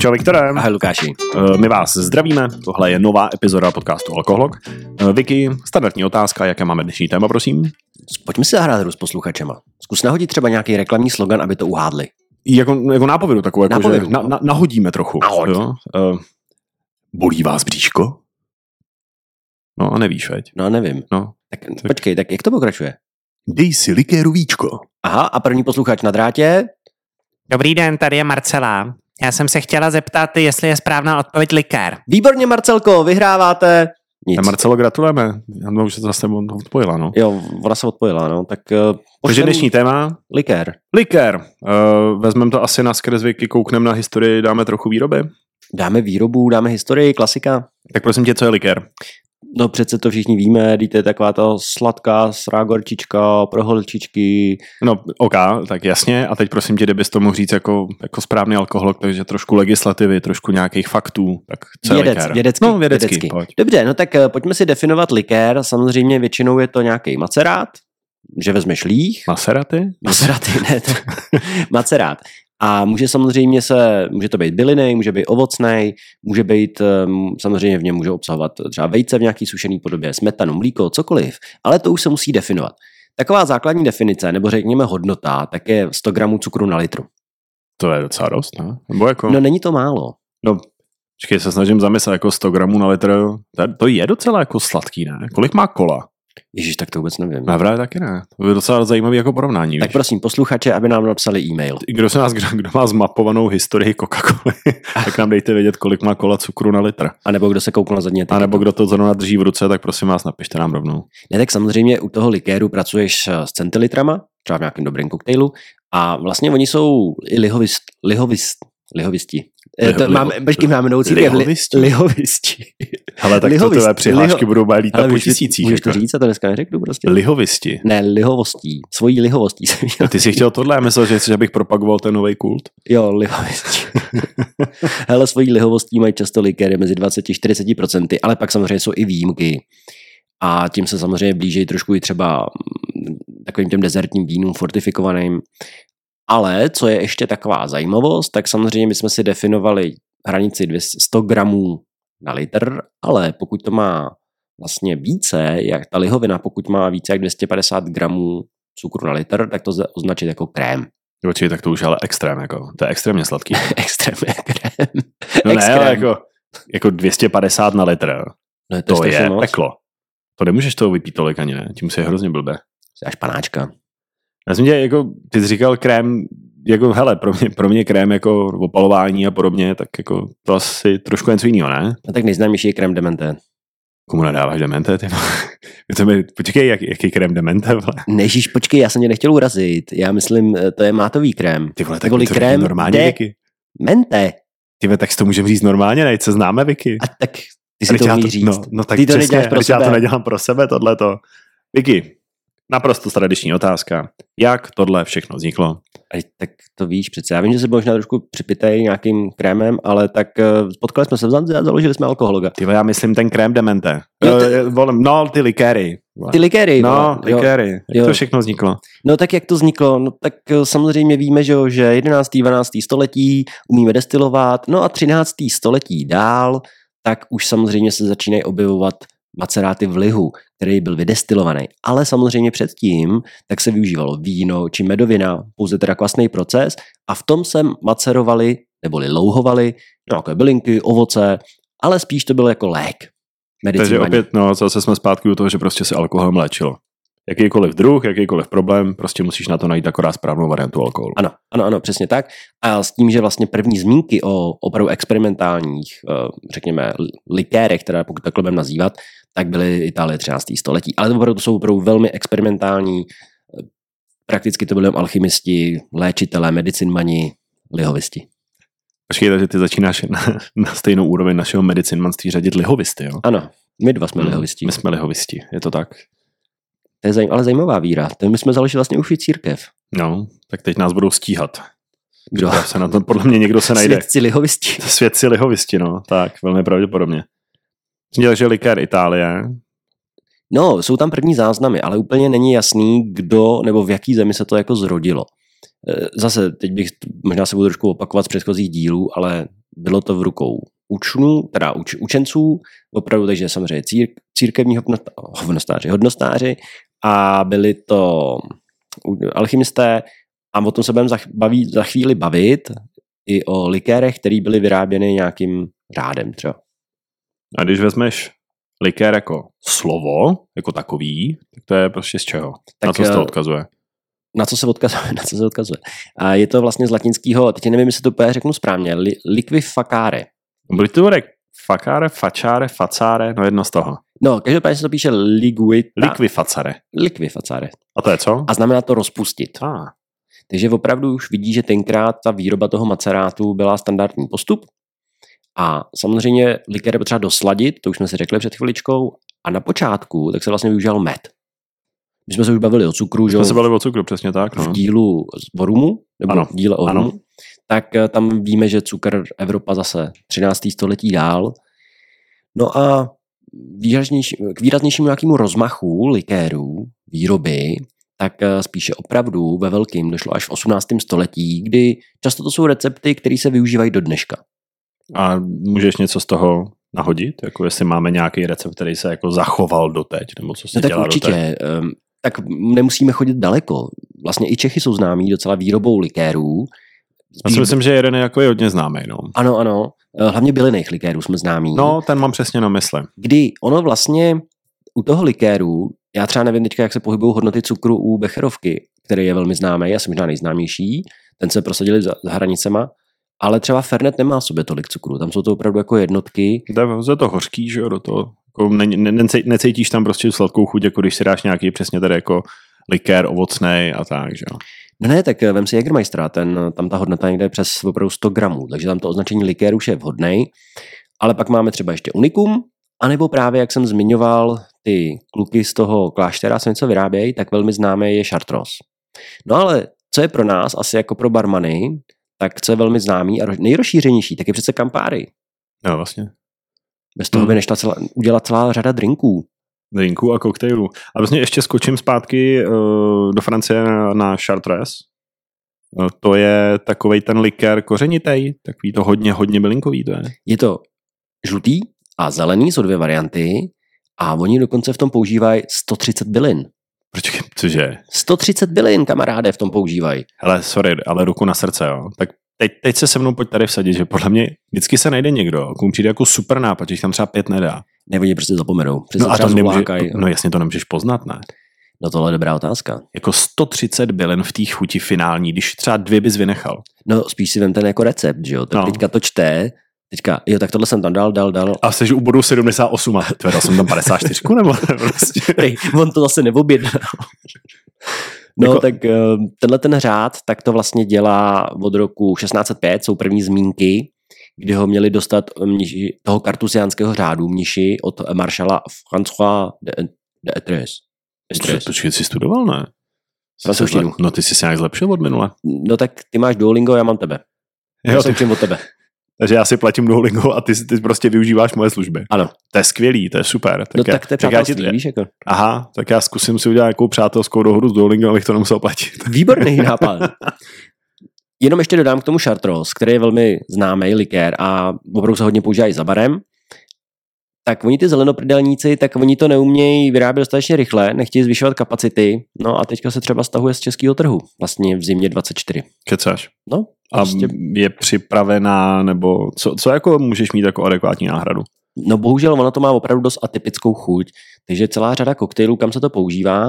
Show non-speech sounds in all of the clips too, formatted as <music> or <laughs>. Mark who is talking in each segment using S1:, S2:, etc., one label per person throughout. S1: Čau Viktore.
S2: Ahoj Lukáši.
S1: Eh, My vás zdravíme, tohle je nová epizoda podcastu Alkoholog. Vicky, standardní otázka, jaké máme dnešní téma, prosím?
S2: Pojďme si zahrát hru s posluchačema. Zkus nahodit třeba nějaký reklamní slogan, aby to uhádli.
S1: Jako, jako nápovědu takovou, jako
S2: Nápovědu,
S1: že na,
S2: no.
S1: na, nahodíme trochu.
S2: Nahoď.
S1: Jo? Eh, Bolí vás bříško? No a nevíš, veď.
S2: No nevím.
S1: No.
S2: Tak, počkej, tak jak to pokračuje?
S1: Dej si likéru víčko.
S2: Aha, a první posluchač na drátě.
S3: Dobrý den, tady je Marcela. Já jsem se chtěla zeptat, jestli je správná odpověď likér.
S2: Výborně, Marcelko, vyhráváte. Nic.
S1: Ne, Eh, Marcelo, gratulujeme. Ano, už se zase odpojila, no.
S2: Jo, ona se odpojila, no. Tak eh,
S1: Takže
S2: pošlem
S1: dnešní téma,
S2: likér.
S1: likér. Uh, vezmeme to asi na skrz Vicky, koukneme na historii, dáme trochu výroby.
S2: Dáme výrobu, dáme historii, klasika.
S1: Tak prosím tě, co je likér?
S2: No přece to všichni víme, dítě je taková ta sladká srágorčička, proholčičky.
S1: No, OK, tak jasně. A teď prosím tě, kdybys to mohl říct jako, jako správný alkoholok, takže trošku legislativy, trošku nějakých faktů, tak co je
S2: Vědec,
S1: likér?
S2: vědecky,
S1: no, vědecky,
S2: vědecky.
S1: pojď.
S2: Dobře, no tak eh, pojďme si definovat likér. Samozřejmě většinou je to nějaký macerát, že vezmeš líh,
S1: Maseraty?
S2: Maceráty, ne, to, macerát. A může samozřejmě se, může to být bylinej, může být ovocnej, může být, ehm, samozřejmě v něm může obsahovat třeba vejce v nějaký sušený podobě, smetanu, mlíko, cokoliv, ale to už se musí definovat. Taková základní definice, nebo řekněme hodnota, tak je 100 gramů cukru na litru.
S1: To je docela dost, ne? Nebo jako,
S2: No
S1: no,
S2: není to málo.
S1: počkej, se snažím zamyslet, jako 100 gramů na litr, to, to je docela jako sladký, ne? Kolik má kola?
S2: Ježíš, tak to vůbec nevím.
S1: Já právě taky ne. To je docela zajímavý jako porovnání,
S2: Tak
S1: tak
S2: prosím, posluchače, aby nám napsali e-mail.
S1: kdo se nás, kdo, kdo má zmapovanou historii Coca-Coly,
S2: <laughs>
S1: tak nám dejte vědět, kolik má kola cukru na litr.
S2: A nebo kdo se koukl na zadní
S1: A
S2: etiketu.
S1: nebo kdo to zrovna drží v ruce, tak prosím vás, napište nám rovnou.
S2: Ne, tak samozřejmě u toho likéru pracuješ eh, s centilitrama, třeba v nějakém dobrém koktejlu, a vlastně oni jsou i lihovist, lihovist, lihovisti. Eh,
S1: Liho-
S2: To
S1: liho-
S2: mám, počkej, máme novou církev. Li-
S1: lihovisti? <laughs>
S2: Lihovisti.
S1: Hele, tak to
S2: Lihovist-
S1: tvé přihlášky
S2: liho-
S1: budou budou lítat po
S2: můžeš,
S1: tisících.
S2: můžeš to
S1: jako.
S2: říct, a to dneska neřeknu prostě. <laughs>
S1: Lihovisti.
S2: ne, lihovostí, svojí lihovostí. jsem měl-
S1: Ty jsi chtěl tohle, já myslel, že chceš, abych propagoval ten nový kult.
S2: jo, lihovostí. Hele, svojí lihovostí mají často likéry mezi 20-40%, ale pak samozřejmě jsou i výjimky. A tím se samozřejmě blížejí trošku i třeba mm, takovým těm dezertním vínům fortifikovaným. Ale co je ještě taková zajímavost, tak samozřejmě my jsme si definovali hranici 200 100 gramů na litr, ale pokud to má vlastně více, jak ta lihovina, pokud má více jak 250 gramů cukru na litr, tak to lze označit jako krém.
S1: Oči, tak to už ale extrém, jako. To je extrémně sladký.
S2: Extrémně krém.
S1: No ne, ale
S2: Extrém.
S1: jako, jako 250 na litr.
S2: No,
S1: To, to
S2: strašně
S1: je
S2: moc.
S1: peklo. To nemůžeš toho vypít tolik ani ne, tím se je hrozně blbé.
S2: Jsi až panáčka.
S1: Já jsem tě, jako, ty jsi říkal krém, jako hele, pro mě, pro mě krém jako opalování a podobně, tak jako to asi trošku něco jiného, ne?
S2: No tak nejznámější je krém dementé.
S1: Komu nadáváš demente, ty vole? <laughs> to mi, počkej, jak, jaký krém demente, vole?
S2: Nežíš, počkej, já jsem tě nechtěl urazit. Já myslím, eh, to je mátový krém.
S1: Ty vole, tak
S2: Neboli
S1: mi to řekni
S2: krém
S1: normálně,
S2: de-
S1: Vicky.
S2: Mente.
S1: Ty vole, tak si to můžeme říct normálně, ne? Se známe, Vicky.
S2: A tak ty si to umíš říct.
S1: No, no tak
S2: Ty to
S1: přesně,
S2: neděláš pro
S1: teď já to
S2: sebe.
S1: nedělám pro sebe, tohleto. Vicky, naprosto tradiční otázka. Jak tohle všechno vzniklo?
S2: Ej, tak to víš přece. Já vím, že se byl možná trošku připitej nějakým krémem, ale tak eh, potkali jsme se v Zanzi a založili jsme alkohologa.
S1: Ty vole, já myslím ten krém demente.
S2: Jo,
S1: Jo,
S2: ty-
S1: ty... Volem, no, ty likéry. vole.
S2: Ty likéry.
S1: no,
S2: vole, jo.
S1: likéry. Jak
S2: jo.
S1: to všechno vzniklo?
S2: No tak jak to vzniklo? No tak eh, samozřejmě víme, že, jo, že 11. 12. století umíme destilovat, no a 13. století dál, tak už samozřejmě se začínají objevovat maceráty v lihu, který byl vydestilovaný. Ale samozřejmě předtím tak se využívalo víno či medovina, pouze teda kvasný proces a v tom se macerovali neboli louhovali nějaké bylinky, ovoce, ale spíš to bylo jako lék.
S1: Takže
S2: Medicínální.
S1: opět, no, zase jsme zpátky u toho, že prostě se alkoholem léčilo. Jakýkoliv druh, jakýkoliv problém, prostě musíš na to najít akorát správnou variantu alkoholu.
S2: Ano, ano, ano, přesně tak. A s tím, že vlastně první zmínky o opravdu experimentálních, eh, řekněme, li- likérech, teda pokud takhle budeme nazývat, tak byly Itálie 13. století. Ale to opravdu to jsou opravdu velmi experimentální, eh, prakticky to byli jenom alchymisti, léčitelé, medicinmani, lihovisti.
S1: Počkej, takže ty začínáš na, na stejnou úroveň našeho medicinmanství řadit lihovisty, jo?
S2: Ano, my dva jsme lihovisti.
S1: Hmm, My jsme lihovisti, je to tak.
S2: To je zajím, ale zajímavá víra. To my jsme založili vlastně už i církev.
S1: No, tak teď nás budou stíhat.
S2: Kdo?
S1: Já se na to, podle mě někdo se najde.
S2: Svědci lihovisti.
S1: Svědci lihovisti, no, tak, velmi pravděpodobně. Měl, že likér Itálie,
S2: No, jsou tam první záznamy, ale úplně není jasný, kdo nebo v jaký zemi se to E, jako zrodilo. Eh, Zase, teď bych, možná se budu trošku opakovat z předchozích dílů, ale bylo to v rukou učnů, teda uč, učenců, opravdu takže samozřejmě cír, církevní hovnota- hovnostáři, hodnostáři a byli to u- alchymisté a o tom se budeme za, ch- baví, za chvíli bavit i o likérech, které byly vyráběny nějakým řádem třeba.
S1: A když vezmeš likér jako slovo, jako takový, tak to je prostě z čeho? Tak, Na
S2: Tak,
S1: co se to
S2: eh,
S1: odkazuje?
S2: na co se odkazuje, <laughs> na co se odkazuje. A je to vlastně z latinského, teď nevím, jestli to úplně řeknu správně, li, liquifacare.
S1: Byly to bude fakáre, fačáre, facáre, no jedno z toho.
S2: No, každopádně se to píše liguita.
S1: Likvifacare.
S2: liquifacare.
S1: A to je co?
S2: A znamená to rozpustit.
S1: A, ah,
S2: Takže opravdu už vidí, že tenkrát ta výroba toho macerátu byla standardní postup. A samozřejmě likér je potřeba dosladit, to už jsme si řekli před chviličkou. A na počátku tak se vlastně využíval med. My jsme se už bavili o cukru, že
S1: jsme
S2: jo,
S1: se bavili o cukru, přesně tak.
S2: v
S1: No.
S2: dílu z Borumu, nebo ano.
S1: Ano,
S2: v díle o
S1: ano.
S2: Rumu, tak eh, tam víme, že cukr Evropa zase 13. století dál. No a výraznější, k výraznějšímu nějakému rozmachu likérů, výroby, tak eh, spíše opravdu ve velkým došlo až v 18. století, kdy často to jsou recepty, které se využívají do dneška.
S1: A můžeš něco z toho nahodit? Jako jestli máme nějaký recept, který se jako zachoval doteď, nebo co se
S2: No tak
S1: dělá doteď?
S2: určitě. ehm, Tak nemusíme chodit daleko. Vlastně i Čechy jsou známí docela výrobou likérů.
S1: Já si myslím, že jeden je jako je hodně známý. No.
S2: Ano, ano. Eh, Hlavně bylinných likérů jsme známí.
S1: no, ten mám přesně na mysli.
S2: kdy ono vlastně u toho likéru, já třeba nevím teďka, jak se pohybují hodnoty cukru u Becherovky, který je velmi známý, asi možná nejznámější, ten se prosadili za, za hranicema, ale třeba Fernet nemá v sobě tolik cukru, tam jsou to opravdu jako jednotky.
S1: To je to hořký, že jo, do toho. Jako ne, ne, nece- necítíš tam prostě tu sladkou chuť, jako když si dáš nějaký přesně tady jako likér ovocnej a tak, že jo.
S2: No ne, tak eh, vem si Jägermeistera, ten, eh, tam ta hodnota je někde přes opravdu 100 gramů, takže tam to označení likéru už je vhodný. Ale pak máme třeba ještě Unikum, anebo právě, jak jsem zmiňoval, ty kluky z toho kláštera, co něco vyrábějí, tak velmi známé je Chartros. No ale co je pro nás, asi jako pro barmany, tak co je velmi známý a ro- nejrozšířenější, tak je přece Campari.
S1: No, vlastně.
S2: Bez toho by nešla celá, udělat celá řada drinků.
S1: Drinků a koktejlů. A vlastně ještě skočím zpátky uh, do Francie na, na Chartres. Eh, To je takovej ten likér kořenitej, takový to hodně, hodně bylinkový to je.
S2: Je to žlutý a zelený, jsou dvě varianty a oni dokonce v tom používají 130 bylin.
S1: Proč, cože?
S2: 130 bylin, kamaráde, v tom používají.
S1: Hele, sorry, ale ruku na srdce, jo. Tak teď, teď se se mnou pojď tady vsadit, že podle mě vždycky se najde někdo, komu přijde jako super nápad, že jich tam třeba pět nedá.
S2: Nebo oni prostě zapomenou. Přesně
S1: No a to nemůže,
S2: nemůže...
S1: no jasně to nemůžeš poznat, ne?
S2: no tohle je dobrá otázka.
S1: Jako 130 bylin v té chuti finální, když třeba dvě bys vynechal.
S2: No spíš si vem ten jako recept, že jo? Tak no.
S1: No.
S2: teďka to čte, teďka, jo, tak tohle jsem tam dal, dal, dal.
S1: A jsi u bodu 78 a tvedal jsem tam 54, nebo prostě.
S2: Ty, on to zase neobjednal. No,
S1: Jako-
S2: jako... tak eh, tenhle ten řád, tak to vlastně dělá od roku 1605, jsou první zmínky, kdy ho měli dostat eh, mniši, toho kartusiánského řádu mniši od maršala François de, de Etres. Etres.
S1: Počkej, jsi studoval, ne? Jsi se
S2: Francouzštinu.
S1: zlep- No ty jsi se nějak zlepšil od minule.
S2: No tak ty máš Duolingo, já mám tebe.
S1: Jo,
S2: Já se
S1: ty,
S2: učím
S1: <laughs>
S2: od tebe.
S1: takže já si platím Duolingo a ty, si- ty prostě využíváš moje služby.
S2: Ano.
S1: To je skvělý, to je super.
S2: Tak no
S1: já-
S2: tak to je
S1: já ti-
S2: přátelství, víš, jako.
S1: Aha, tak já zkusím si udělat nějakou přátelskou dohodu s Duolingo, abych to nemusel platit.
S2: Výborný nápad. Jenom ještě dodám k tomu Chartros, který je velmi známý likér a opravdu se hodně používá i za barem. Tak oni ty zelenoprdelníci, tak oni to neumějí vyrábět dostatečně rychle, nechtějí zvyšovat kapacity, no a teďka se třeba stahuje z českého trhu, vlastně v zimě 24.
S1: <laughs> Kecáš.
S2: No,
S1: A
S2: prostě,
S1: je připravená, nebo co, co jako můžeš mít jako adekvátní náhradu?
S2: no bohužel ono to má opravdu dost atypickou chuť, takže celá řada koktejlů, kam se to používá,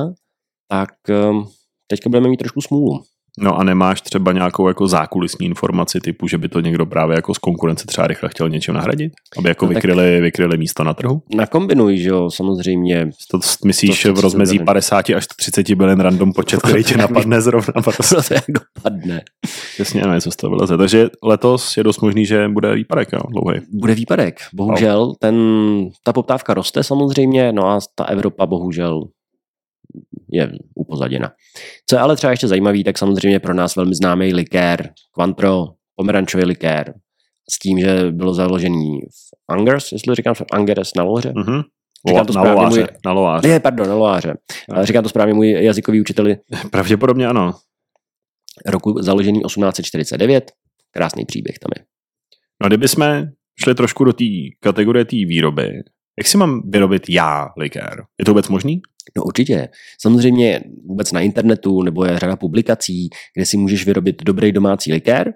S2: tak ehm, teďka budeme mít trošku smůlu.
S1: No a nemáš třeba nějakou jako zákulisní informaci typu, že by to někdo právě jako z konkurence třeba rychle chtěl něčím nahradit? Aby jako
S2: No
S1: no
S2: tak-
S1: vykryli, vykryli místo na trhu?
S2: Nakombinuj, že jo, samozřejmě,
S1: To s- myslíš
S2: To-
S1: v
S2: to-
S1: rozmezí
S2: to-
S1: 50 až 30 byl random počet, který
S2: <laughs>
S1: tě napadne zrovna. <laughs> Prostě.
S2: to jako- jak dopadne.
S1: Jasně, ano, co z toho vyleze. Takže letos je dost možný, že bude výpadek, jo, dlouhý.
S2: Bude výpadek. Bohužel ten, ta poptávka roste samozřejmě, no a ta Evropa bohužel je upozaděna. Co je ale třeba ještě zajímavý, tak samozřejmě pro nás velmi známý likér, Quantro, pomerančový likér, s tím, že bylo založený v Angers, jestli říkám Angers na Loře.
S1: Mhm.
S2: Říkám to
S1: na
S2: správně,
S1: loáře,
S2: můj-
S1: na loáře.
S2: Ne, pardon, na Loáře. Ale Říkám to správně, můj jazykový učitel
S1: Pravděpodobně ano.
S2: roku založený 1849. Krásný příběh tam je.
S1: No a kdyby jsme šli trošku do té kategorie té výroby, jak si mám vyrobit já likér? Je to vůbec možný?
S2: No určitě. Samozřejmě vůbec na internetu nebo je řada publikací, kde si můžeš vyrobit dobrý domácí likér.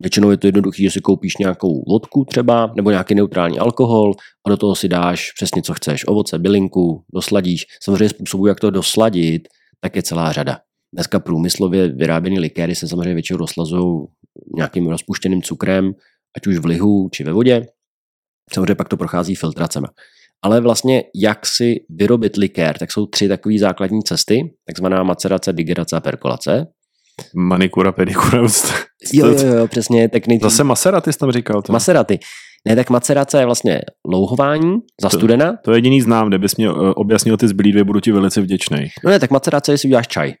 S2: Většinou je to jednoduché, že si koupíš nějakou vodku třeba nebo nějaký neutrální alkohol a do toho si dáš přesně co chceš. Ovoce, bylinku, dosladíš. Samozřejmě způsobů, jak to dosladit, tak je celá řada. Dneska průmyslově vyráběné likéry se samozřejmě většinou doslazují nějakým rozpuštěným cukrem, ať už v lihu či ve vodě. Samozřejmě pak to prochází filtracemi. Ale vlastně, jak si vyrobit likér, tak jsou tři takové základní cesty, takzvaná macerace, digerace a perkolace.
S1: Manikura, pedikura, <laughs> prostě. ust.
S2: Jo, jo, jo, přesně, tak nejdřív.
S1: Zase Maserati jsi tam říkal. To,
S2: Maseraty. Ne, tak macerace je vlastně louhování, zastudena.
S1: to jediný znám, kdybys mě eh, objasnil ty zbylý dvě, budu ti velice vděčný.
S2: No ne, tak macerace je, si uděláš čaj.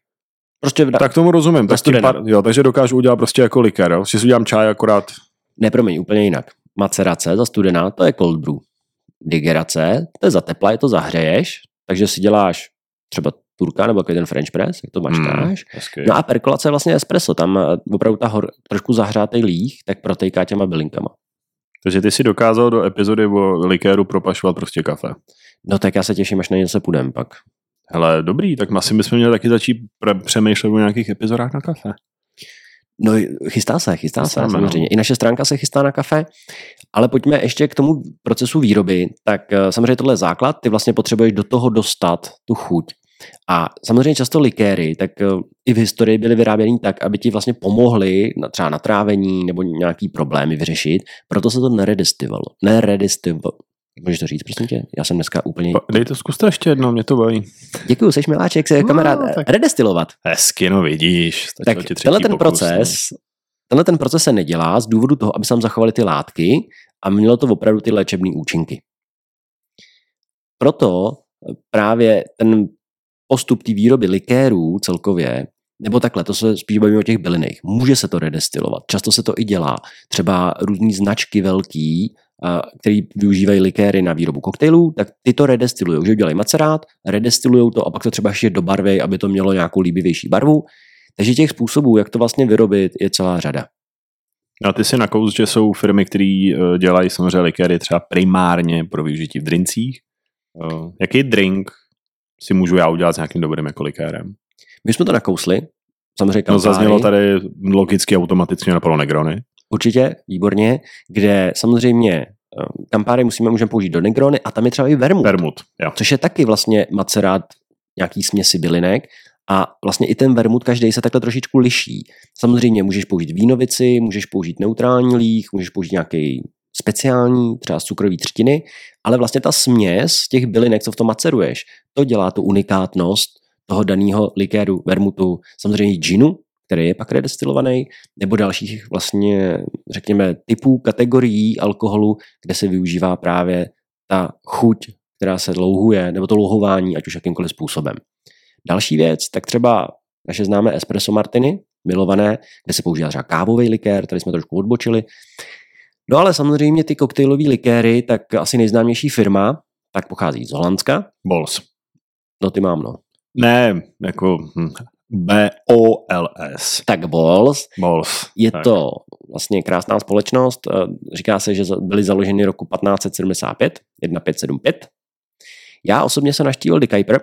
S2: Prostě vda... tak.
S1: Tak tomu rozumím. Tak tím
S2: studena.
S1: pár, jo, takže dokážu udělat prostě jako likér, jo? že si udělám čaj akorát.
S2: Ne, promiň, úplně jinak. Macerace, zastudená, to je cold brew. Digerace, to je za tepla, je to zahřeješ, takže si děláš třeba turka nebo takový ten french press, jak to mačkáš.
S1: Hezky.
S2: No a perkolace je vlastně espresso, tam eh, opravdu ta hor, trošku zahřátý líh, tak protejká těma bylinkama.
S1: Takže ty si dokázal do epizody o likéru propašovat prostě kafe.
S2: No tak já se těším, až na něco půjdem pak.
S1: Hele, dobrý, tak asi bychom měli taky začít pre- přemýšlet o nějakých epizodách na kafe.
S2: No chystá se, chystá se
S1: Chystáme, no.
S2: samozřejmě. I naše stránka se chystá na kafe, ale pojďme ještě k tomu procesu výroby. Tak eh, samozřejmě tohle je základ, ty vlastně potřebuješ do toho dostat tu chuť. A samozřejmě často likéry, tak eh, i v historii byly vyráběny tak, aby ti vlastně pomohly na, třeba na trávení nebo nějaký problémy vyřešit. Proto se to neredestivalo. Neredestivalo. Můžeš to říct, prosím tě? Já jsem dneska úplně...
S1: Pa, dej to, zkuste ještě jednou, mě to baví.
S2: Děkuju, seš miláček, se
S1: No,
S2: kamarád.
S1: tak-
S2: Redestilovat.
S1: Hezky, no vidíš. stačil
S2: Tak
S1: ti třetí
S2: tenhle ten
S1: pokus, no.
S2: proces, tenhle ten proces se nedělá z důvodu toho, aby se tam zachovaly ty látky a mělo to opravdu ty léčebné účinky. Proto eh, právě ten postup té výroby likérů celkově, nebo takhle, to se spíš bavíme o těch bylinách, může se to redestilovat. Často se to i dělá. Třeba různé značky velký, a- který využívají likéry na výrobu koktejlů, tak ty to redestilují, že udělají macerát, redestilují to a pak to třeba ještě dobarvej, aby to mělo nějakou líbivější barvu. Takže těch způsobů, jak to vlastně vyrobit, je celá řada.
S1: No. A ty si nakous, že jsou firmy, které eh, dělají samozřejmě likéry třeba primárně pro využití v drincích. Eh, Jaký drink si můžu já udělat s nějakým dobrým jako likérem?
S2: My jsme to nakousli, samozřejmě
S1: No
S2: Campari,
S1: zaznělo tady logicky automaticky napadlo Negrony.
S2: určitě, výborně, kde samozřejmě eh, Campari musíme můžeme použít do Negrony a tam je třeba i vermu,
S1: Permut, jo.
S2: což je taky vlastně macerát nějaký směsi bylinek a vlastně i ten vermut každý se takhle trošičku liší. Samozřejmě můžeš použít vínovici, můžeš použít neutrální líh, můžeš použít nějaký speciální, třeba z cukrový třtiny, ale vlastně ta směs těch bylinek, co v tom maceruješ, to dělá tu unikátnost toho daného likéru, vermutu, samozřejmě i džinu, který je pak redestilovaný, nebo dalších vlastně, řekněme, typů, kategorií alkoholu, kde se využívá právě ta chuť, která se louhuje, nebo to louhování, ať už jakýmkoliv způsobem. Další věc, tak třeba naše známé espresso martiny, milované, kde se používá třeba kávový likér, tady jsme trošku odbočili. No ale samozřejmě ty koktejlové likéry, tak asi nejznámější firma, tak pochází z Holandska,
S1: Bols.
S2: no ty mám no.
S1: Ne, jako hm, B-O-L-S.
S2: Tak Bols,
S1: Bols.
S2: Je
S1: Tak.
S2: tak. to vlastně krásná společnost. eh, Říká se, že za- byly založeny roku 1575, 1575. Já osobně jsem naštívil Dick Kuiper,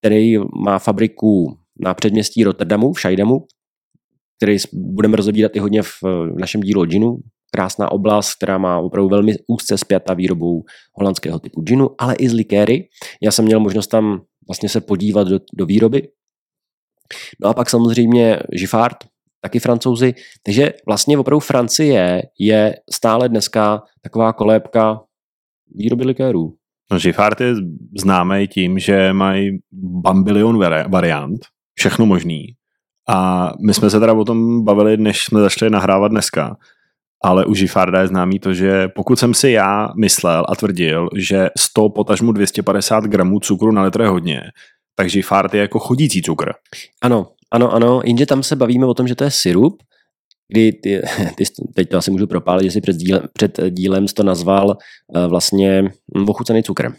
S2: který má fabriku na předměstí Rotterdamu, v Scheidamu, který s- budeme rozebírat i hodně v eh, našem dílu o džinu. Krásná oblast, která má opravdu velmi úzce spjata výrobou holandského typu džinu, ale i z likéry. Já jsem měl možnost tam vlastně se podívat do, do výroby. No a pak samozřejmě Giffard, taky francouzi. Takže vlastně opravdu Francie je stále dneska taková kolébka výroby likérů.
S1: No, Giffard je známý tím, že mají bambilion vari- variant, všechno možný. A my jsme se teda o tom bavili, než jsme začali nahrávat dneska. Ale u Giffarda je známý to, že pokud jsem si já myslel a tvrdil, že 100 potažmu 250 gramů cukru na litr je hodně, tak Giffard je jako chodící cukr.
S2: Ano, ano, ano, jenže tam se bavíme o tom, že to je syrup, kdy ty, <laughs> ty teď to asi můžu propálit, že jsi před dílem, před dílem jsi to nazval eh, vlastně mm, hm, ochucený cukrem.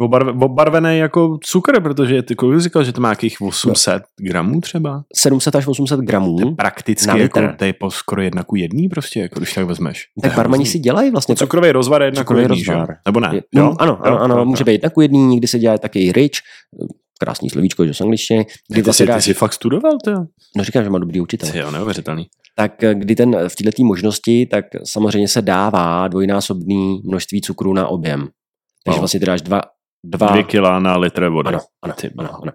S1: Obarve, obarvený jako cukr, protože ty kolik jsi říkal, že to má jakých 800 gramů třeba?
S2: 700 až 800 gramů. Na
S1: Prakticky
S2: litr.
S1: jako, to je po skoro jedna ku jedný prostě, jako když tak vezmeš. To
S2: Tak
S1: je
S2: barmani
S1: hrozný.
S2: si dělají vlastně. tak-
S1: Cukrový rozvar je jedna ku
S2: Cukrový
S1: jedný, že? jo?
S2: rozvar.
S1: Nebo ne?
S2: Je- no, ano, ano, ano, může být tak u jedný, někdy se dělá taky rich, eh, krásný slovíčko, že z angličtiny, kdy
S1: Ty
S2: vlastně
S1: jsi, Jako ty
S2: dáš,
S1: jsi fakt studoval, to jo?
S2: no říkám, že má dobrý učitel,
S1: Ty jo, neuvěřitelný.
S2: tak eh, kdy ten v této možnosti, tak samozřejmě se dává dvojnásobný množství cukru na objem. Takže
S1: No.
S2: vlastně ty dáš dva, dva
S1: Dvě kila na litr vody.
S2: Ano, ano,
S1: Ty
S2: ano,
S1: bláho.
S2: ano.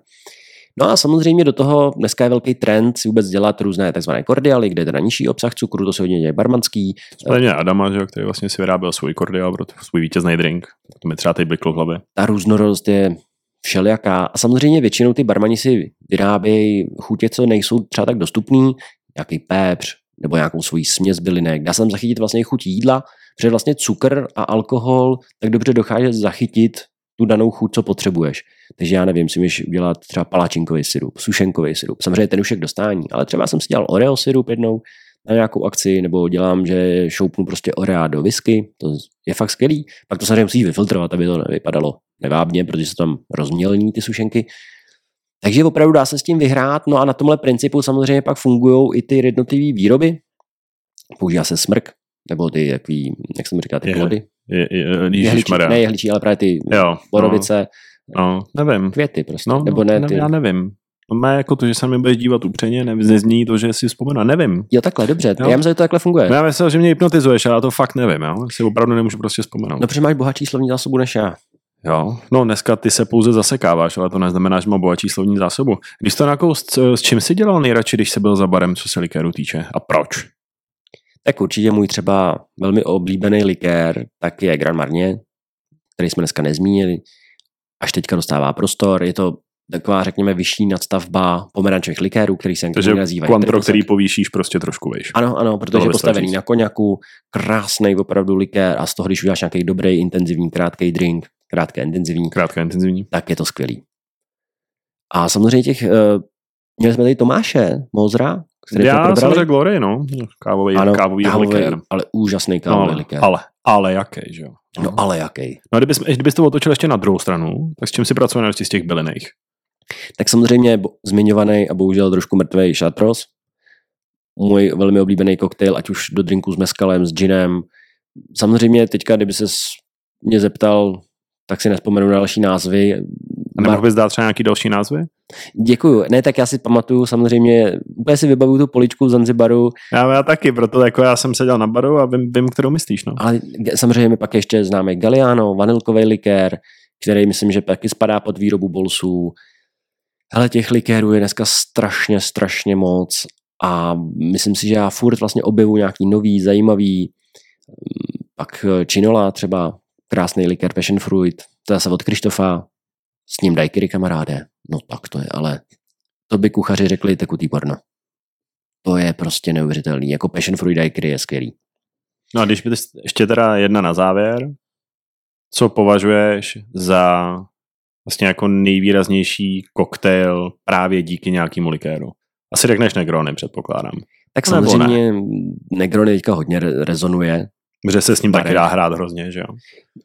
S2: No a samozřejmě do toho dneska je velký trend si vůbec dělat různé tzv. kordiály, kde je teda nižší obsah cukru, to se hodně děje barmanský.
S1: Splně Adama, že, jo, který vlastně si vyráběl svůj kordiál pro t- svůj vítězný drink. To mi třeba teď bliklo v hlavě.
S2: Ta různorodost je všelijaká. A samozřejmě většinou ty barmani si vyrábějí chutě, co nejsou třeba tak dostupný, nějaký pepř nebo nějakou svoji směs bylinek. Dá se tam zachytit vlastně i chuť jídla, protože vlastně cukr a alkohol tak dobře dokáže zachytit tu danou chuť, co potřebuješ. Takže já nevím, si můžeš udělat třeba palačinkový syrup, sušenkový syrup, samozřejmě ten už je k dostání, ale třeba jsem si dělal Oreo syrup jednou na nějakou akci, nebo dělám, že šoupnu prostě Oreo do whisky, to je fakt skvělý. Pak to samozřejmě musíš vyfiltrovat, aby to nevypadalo nevábně, protože se tam rozmělní ty sušenky. Takže opravdu dá se s tím vyhrát, no a na tomhle principu samozřejmě pak fungují i ty jednotlivé výroby. Používá se smrk, nebo ty, jaký, jak jsem říkal, ty
S1: Jehly.
S2: plody.
S1: Ježíš
S2: Jehličí, ne
S1: Maria.
S2: jehličí, ale právě ty
S1: Jo,
S2: borovice,
S1: No, no, nevím.
S2: květy prostě.
S1: No,
S2: nebo ne, ty...
S1: já nevím. No, má jako to, že se mi bude dívat upřeně, nevím, nezní to, že si vzpomenu, nevím.
S2: Jo, takhle, dobře.
S1: Jo.
S2: Já myslím, že to takhle funguje.
S1: No, já myslel, že mě hypnotizuješ, ale já to fakt nevím, jo? Si opravdu nemůžu prostě vzpomenout.
S2: No, protože máš bohatší slovní zásobu než já.
S1: Jo, no dneska ty se pouze zasekáváš, ale to neznamená, že má bohatší slovní zásobu. Když to nakou, s, s čím jsi dělal nejradši, když jsi byl za barem, co se likéru týče? A proč?
S2: Tak určitě můj třeba velmi oblíbený likér, tak je Grand Marnier, který jsme dneska nezmínili. Až teďka dostává prostor. Je to taková, řekněme, vyšší nadstavba pomerančových likérů, který se
S1: Takže
S2: někdy nazývají.
S1: Kvantro,
S2: triplicet.
S1: který povýšíš prostě trošku vejš.
S2: Ano, ano, protože
S1: Tohle
S2: je postavený
S1: stačí.
S2: na koněku, krásný opravdu likér a z toho, když uděláš nějaký dobrý, intenzivní, krátký drink, krátké, intenzivní,
S1: Krátká intenzivní.
S2: tak je to skvělý. A samozřejmě těch, eh, měli jsme tady Tomáše Mozra, který jsme
S1: Já jsem
S2: probrali.
S1: řekl Glory, no. Kávový,
S2: Ano,
S1: kávový,
S2: kávový,
S1: likér.
S2: ale úžasný
S1: No,
S2: kávový
S1: ale,
S2: likér.
S1: ale, ale jaký, že jo?
S2: No ale jaký.
S1: No a kdybys, kdybys to otočil ještě na druhou stranu, tak s čím si pracoval nejradši z těch byliných?
S2: Tak samozřejmě bo- zmiňovaný a bohužel trošku mrtvý šatros. Můj velmi oblíbený koktejl, ať už do drinku s meskalem, s ginem. Samozřejmě teďka, kdyby se mě zeptal, tak si nespomenu na další názvy.
S1: A
S2: Mar-
S1: nemohl bys dát třeba nějaký další názvy?
S2: Děkuju. Ne, tak já si pamatuju samozřejmě, úplně si vybavuju tu poličku z Zanzibaru,
S1: Já, já taky, proto jako já jsem seděl na baru a vím, vím kterou myslíš, no.
S2: Ale g- samozřejmě my pak ještě známe Galliano, vanilkový likér, který myslím, že taky spadá pod výrobu bolsů. Hele, těch likérů je dneska strašně, strašně moc a myslím si, že já furt vlastně objevu nějaký nový, zajímavý, Mm, pak eh, Činola třeba, krásný likér Passion Fruit, to je zase od Krištofa, s ním daj kdy kamaráde. No tak to je, ale to by kuchaři řekli tekutý porno. To je prostě neuvěřitelný. Jako Passion Fruit daiquiri je skvělý.
S1: No a když by ještě teda jedna na závěr, co považuješ za vlastně jako nejvýraznější koktejl právě díky nějakému likéru? Asi řekneš Negrony, předpokládám.
S2: Tak
S1: Nebo
S2: samozřejmě ne. Negrony teďka hodně re- rezonuje.
S1: Že se s ním taky
S2: Barem.
S1: dá hrát hrozně, že jo?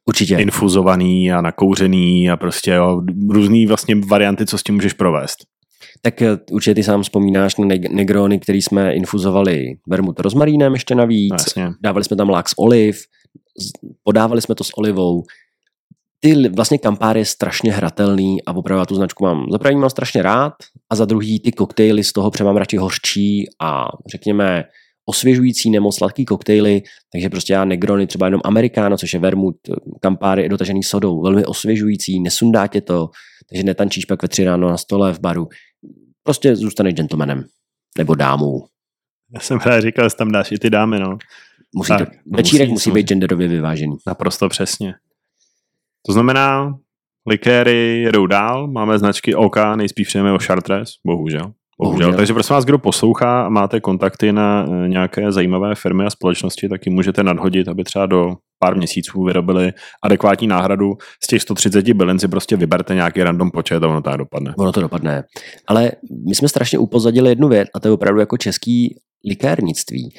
S2: Určitě.
S1: Infuzovaný a nakouřený a prostě jo, různý vlastně varianty, co s tím můžeš provést.
S2: Tak eh, určitě ty sám vzpomínáš na neg- Negrony, který jsme infuzovali vermut rozmarínem ještě navíc.
S1: No, jasně.
S2: Dávali jsme tam lák z oliv, z- podávali jsme to s olivou. Ty li- vlastně Campari je strašně hratelný a opravdu já tu značku mám. Za první mám strašně rád a za druhý ty koktejly z toho přemám radši hořčí a řekněme osvěžující nebo sladký koktejly, takže prostě já Negrony, třeba jenom Americano, což je vermut, Campari je dotažený sodou, velmi osvěžující, nesundá tě to, takže netančíš pak ve tři ráno na stole v baru. Prostě zůstaneš gentlemanem nebo dámou.
S1: Já jsem právě říkal, že tam dáš i ty dámy, no.
S2: Musí
S1: Tak,
S2: to,
S1: no
S2: večírek
S1: musí,
S2: musí
S1: samozřejmě.
S2: být genderově vyvážený.
S1: Naprosto přesně. To znamená, likéry jedou dál, máme značky OK, nejspíš přejeme o Chartres, bohužel. Bohužel.
S2: Bohužel.
S1: bohužel. Takže prosím vás, kdo poslouchá a máte kontakty na eh, nějaké zajímavé firmy a společnosti, tak jim můžete nadhodit, aby třeba do pár měsíců vyrobili adekvátní náhradu. Z těch 130 bylin si prostě vyberte nějaký random počet a ono tak dopadne.
S2: Ono to dopadne. Ale my jsme strašně upozadili jednu věc a to je opravdu jako český likérnictví,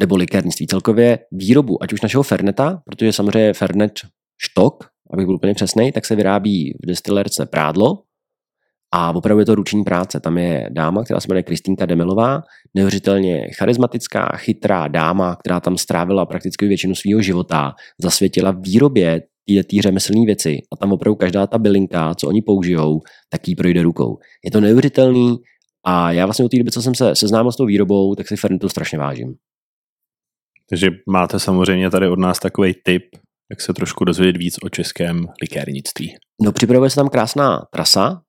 S2: nebo likérnictví celkově výrobu, ať už našeho ferneta, protože samozřejmě fernet štok abych byl úplně přesný, tak se vyrábí v destilerce prádlo a opravdu je to ruční práce. Tam je dáma, která se jmenuje Kristýnka Demelová, neuvěřitelně charismatická, chytrá dáma, která tam strávila prakticky většinu svého života, zasvětila výrobě té řemeslné věci a tam opravdu každá ta bylinka, co oni použijou, tak jí projde rukou. Je to neuvěřitelný a já vlastně od té doby, co jsem se seznámil s tou výrobou, tak si Fernetu strašně vážím.
S1: Takže máte samozřejmě tady od nás takový tip, jak se trošku dozvědět víc o českém likérnictví.
S2: No, připravuje se tam krásná trasa,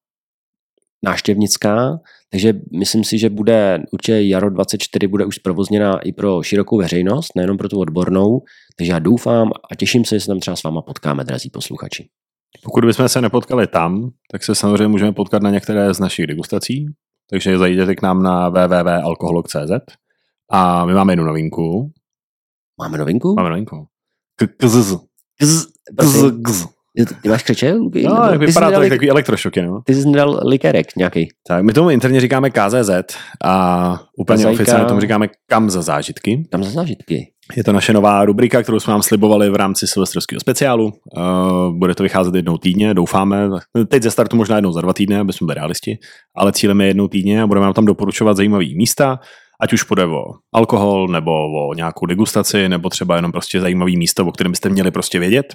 S2: náštěvnická, takže myslím si, že bude určitě jaro 24 bude už zprovozněna i pro širokou veřejnost, nejenom pro tu odbornou, takže já doufám a těším se, že se tam třeba s váma potkáme, drazí posluchači.
S1: Pokud bychom se nepotkali tam, tak se samozřejmě můžeme potkat na některé z našich degustací, takže zajděte k nám na www.alkoholog.cz a my máme jednu novinku.
S2: Máme novinku?
S1: Máme novinku. K- kzz.
S2: Kz,
S1: Kzz,
S2: prosím.
S1: kzz.
S2: Ty máš křeče, Luky?
S1: No,
S2: Nebo-
S1: jak
S2: ty jsi
S1: vypadá to
S2: nedal
S1: jak
S2: lik-
S1: takový elektrošoky, no.
S2: Ty jsi nedal likérek nějaký.
S1: Tak, my tomu interně říkáme KZZ a úplně
S2: Kazajka.
S1: oficiálně tomu říkáme Kam za zážitky.
S2: Tam za zážitky.
S1: Je to naše nová rubrika, kterou jsme vám slibovali v rámci silvestrovského speciálu. Uh, bude to vycházet jednou týdně, doufáme. Teď ze startu možná jednou za dva týdny, aby jsme byli realisti, ale cílem je jednou týdně a budeme vám tam doporučovat zajímavé místa, ať už půjde o alkohol, nebo o nějakou degustaci, nebo třeba jenom prostě zajímavé místo, o kterém byste měli prostě vědět.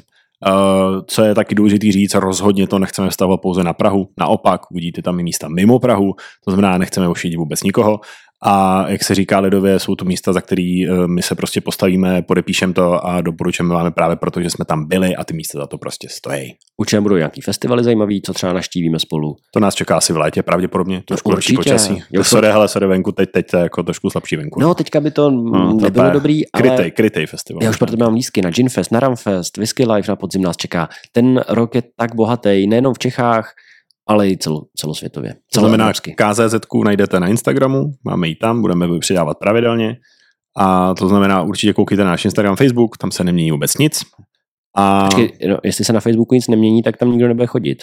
S1: Uh, co je taky důležité říct, rozhodně to nechceme stavovat pouze na Prahu. Naopak, uvidíte tam i místa mimo Prahu, to znamená, nechceme ošidit vůbec nikoho. A jak se říká lidově, jsou to místa, za který eh, my se prostě postavíme, podepíšeme to a doporučujeme vám je právě proto, že jsme tam byli a ty místa za to prostě stojí.
S2: Určitě budou nějaký festivaly zajímavý, co třeba naštívíme spolu.
S1: To nás čeká asi v létě, pravděpodobně, trošku lepší
S2: určitě.
S1: počasí.
S2: Jo,
S1: Jo,
S2: to-
S1: sorry, hele, sorry, venku, teď, teď to je jako trošku slabší venku.
S2: No, teďka by to
S1: to no.
S2: mm, nebylo
S1: je
S2: dobrý, ale...
S1: krytej, krytej festival.
S2: Já už proto mám lístky na Ginfest, na Ramfest, Whisky Life na podzim nás čeká. Ten rok je tak bohatý, nejenom v Čechách, ale i celo, celosvětově.
S1: To znamená,
S2: celoevropsky.
S1: KZZ najdete na Instagramu, máme ji tam, budeme ji přidávat pravidelně. A to znamená, určitě koukejte na náš Instagram, Facebook, tam se nemění vůbec nic. A...
S2: Počkej, no, jestli se na Facebooku nic nemění, tak tam nikdo nebude chodit.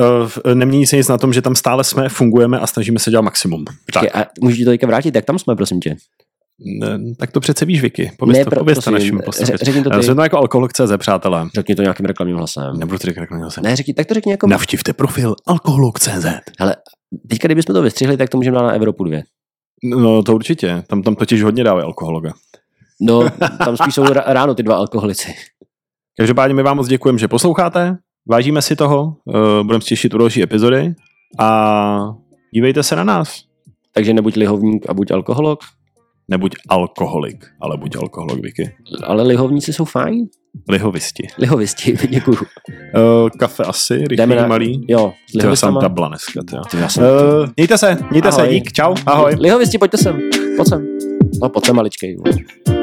S1: Eh, v- nemění se nic na tom, že tam stále jsme, fungujeme a snažíme se dělat maximum.
S2: Počkej, a můžu ti to teďka vrátit, tak tam jsme, prosím tě.
S1: Ne, tak to přece víš, Vicky. Pověz to,
S2: pro-
S1: pověz to našim
S2: ř-
S1: posluchačům.
S2: řekni to
S1: Já
S2: ty.
S1: Jsem to jako alkoholik.cz, přátelé.
S2: Řekni to nějakým reklamním hlasem.
S1: Nebudu to říkat, jak na něj jsem.
S2: Ne, řekni, tak to řekni jako...
S1: Navštivte profil alkoholik.cz.
S2: Teďka, kdybychom to vystřihli, tak to můžeme dát na Evropu 2.
S1: No to určitě. Tam, tam totiž hodně dávají alkohologa.
S2: No, tam spíš jsou ra- ráno ty dva alkoholici.
S1: Každopádně my vám moc děkujeme, že posloucháte. Vážíme si toho. eh, Budeme se těšit u další epizody. A dívejte se na nás.
S2: Takže nebuď lihovník a buď alkoholok,
S1: Nebuď alkoholik, ale buď alkoholok, Vicky.
S2: ale lihovníci jsou fajn.
S1: Lihovisti.
S2: Lihovisti, <laughs> děkuju.
S1: Eh, Kafe asi, rychlý,
S2: Jdeme na-
S1: malý.
S2: Jo, s
S1: Ty já jsem
S2: lihovistama.
S1: tabla dneska, ty jo.
S2: Ty, já jsem...
S1: Uh, mějte se, mějte
S2: Ahoj. Eh,
S1: se, dík, čau, ahoj.
S2: Lihovisti, pojďte sem. Pojď sem. No, pojď sem maličkej. vole.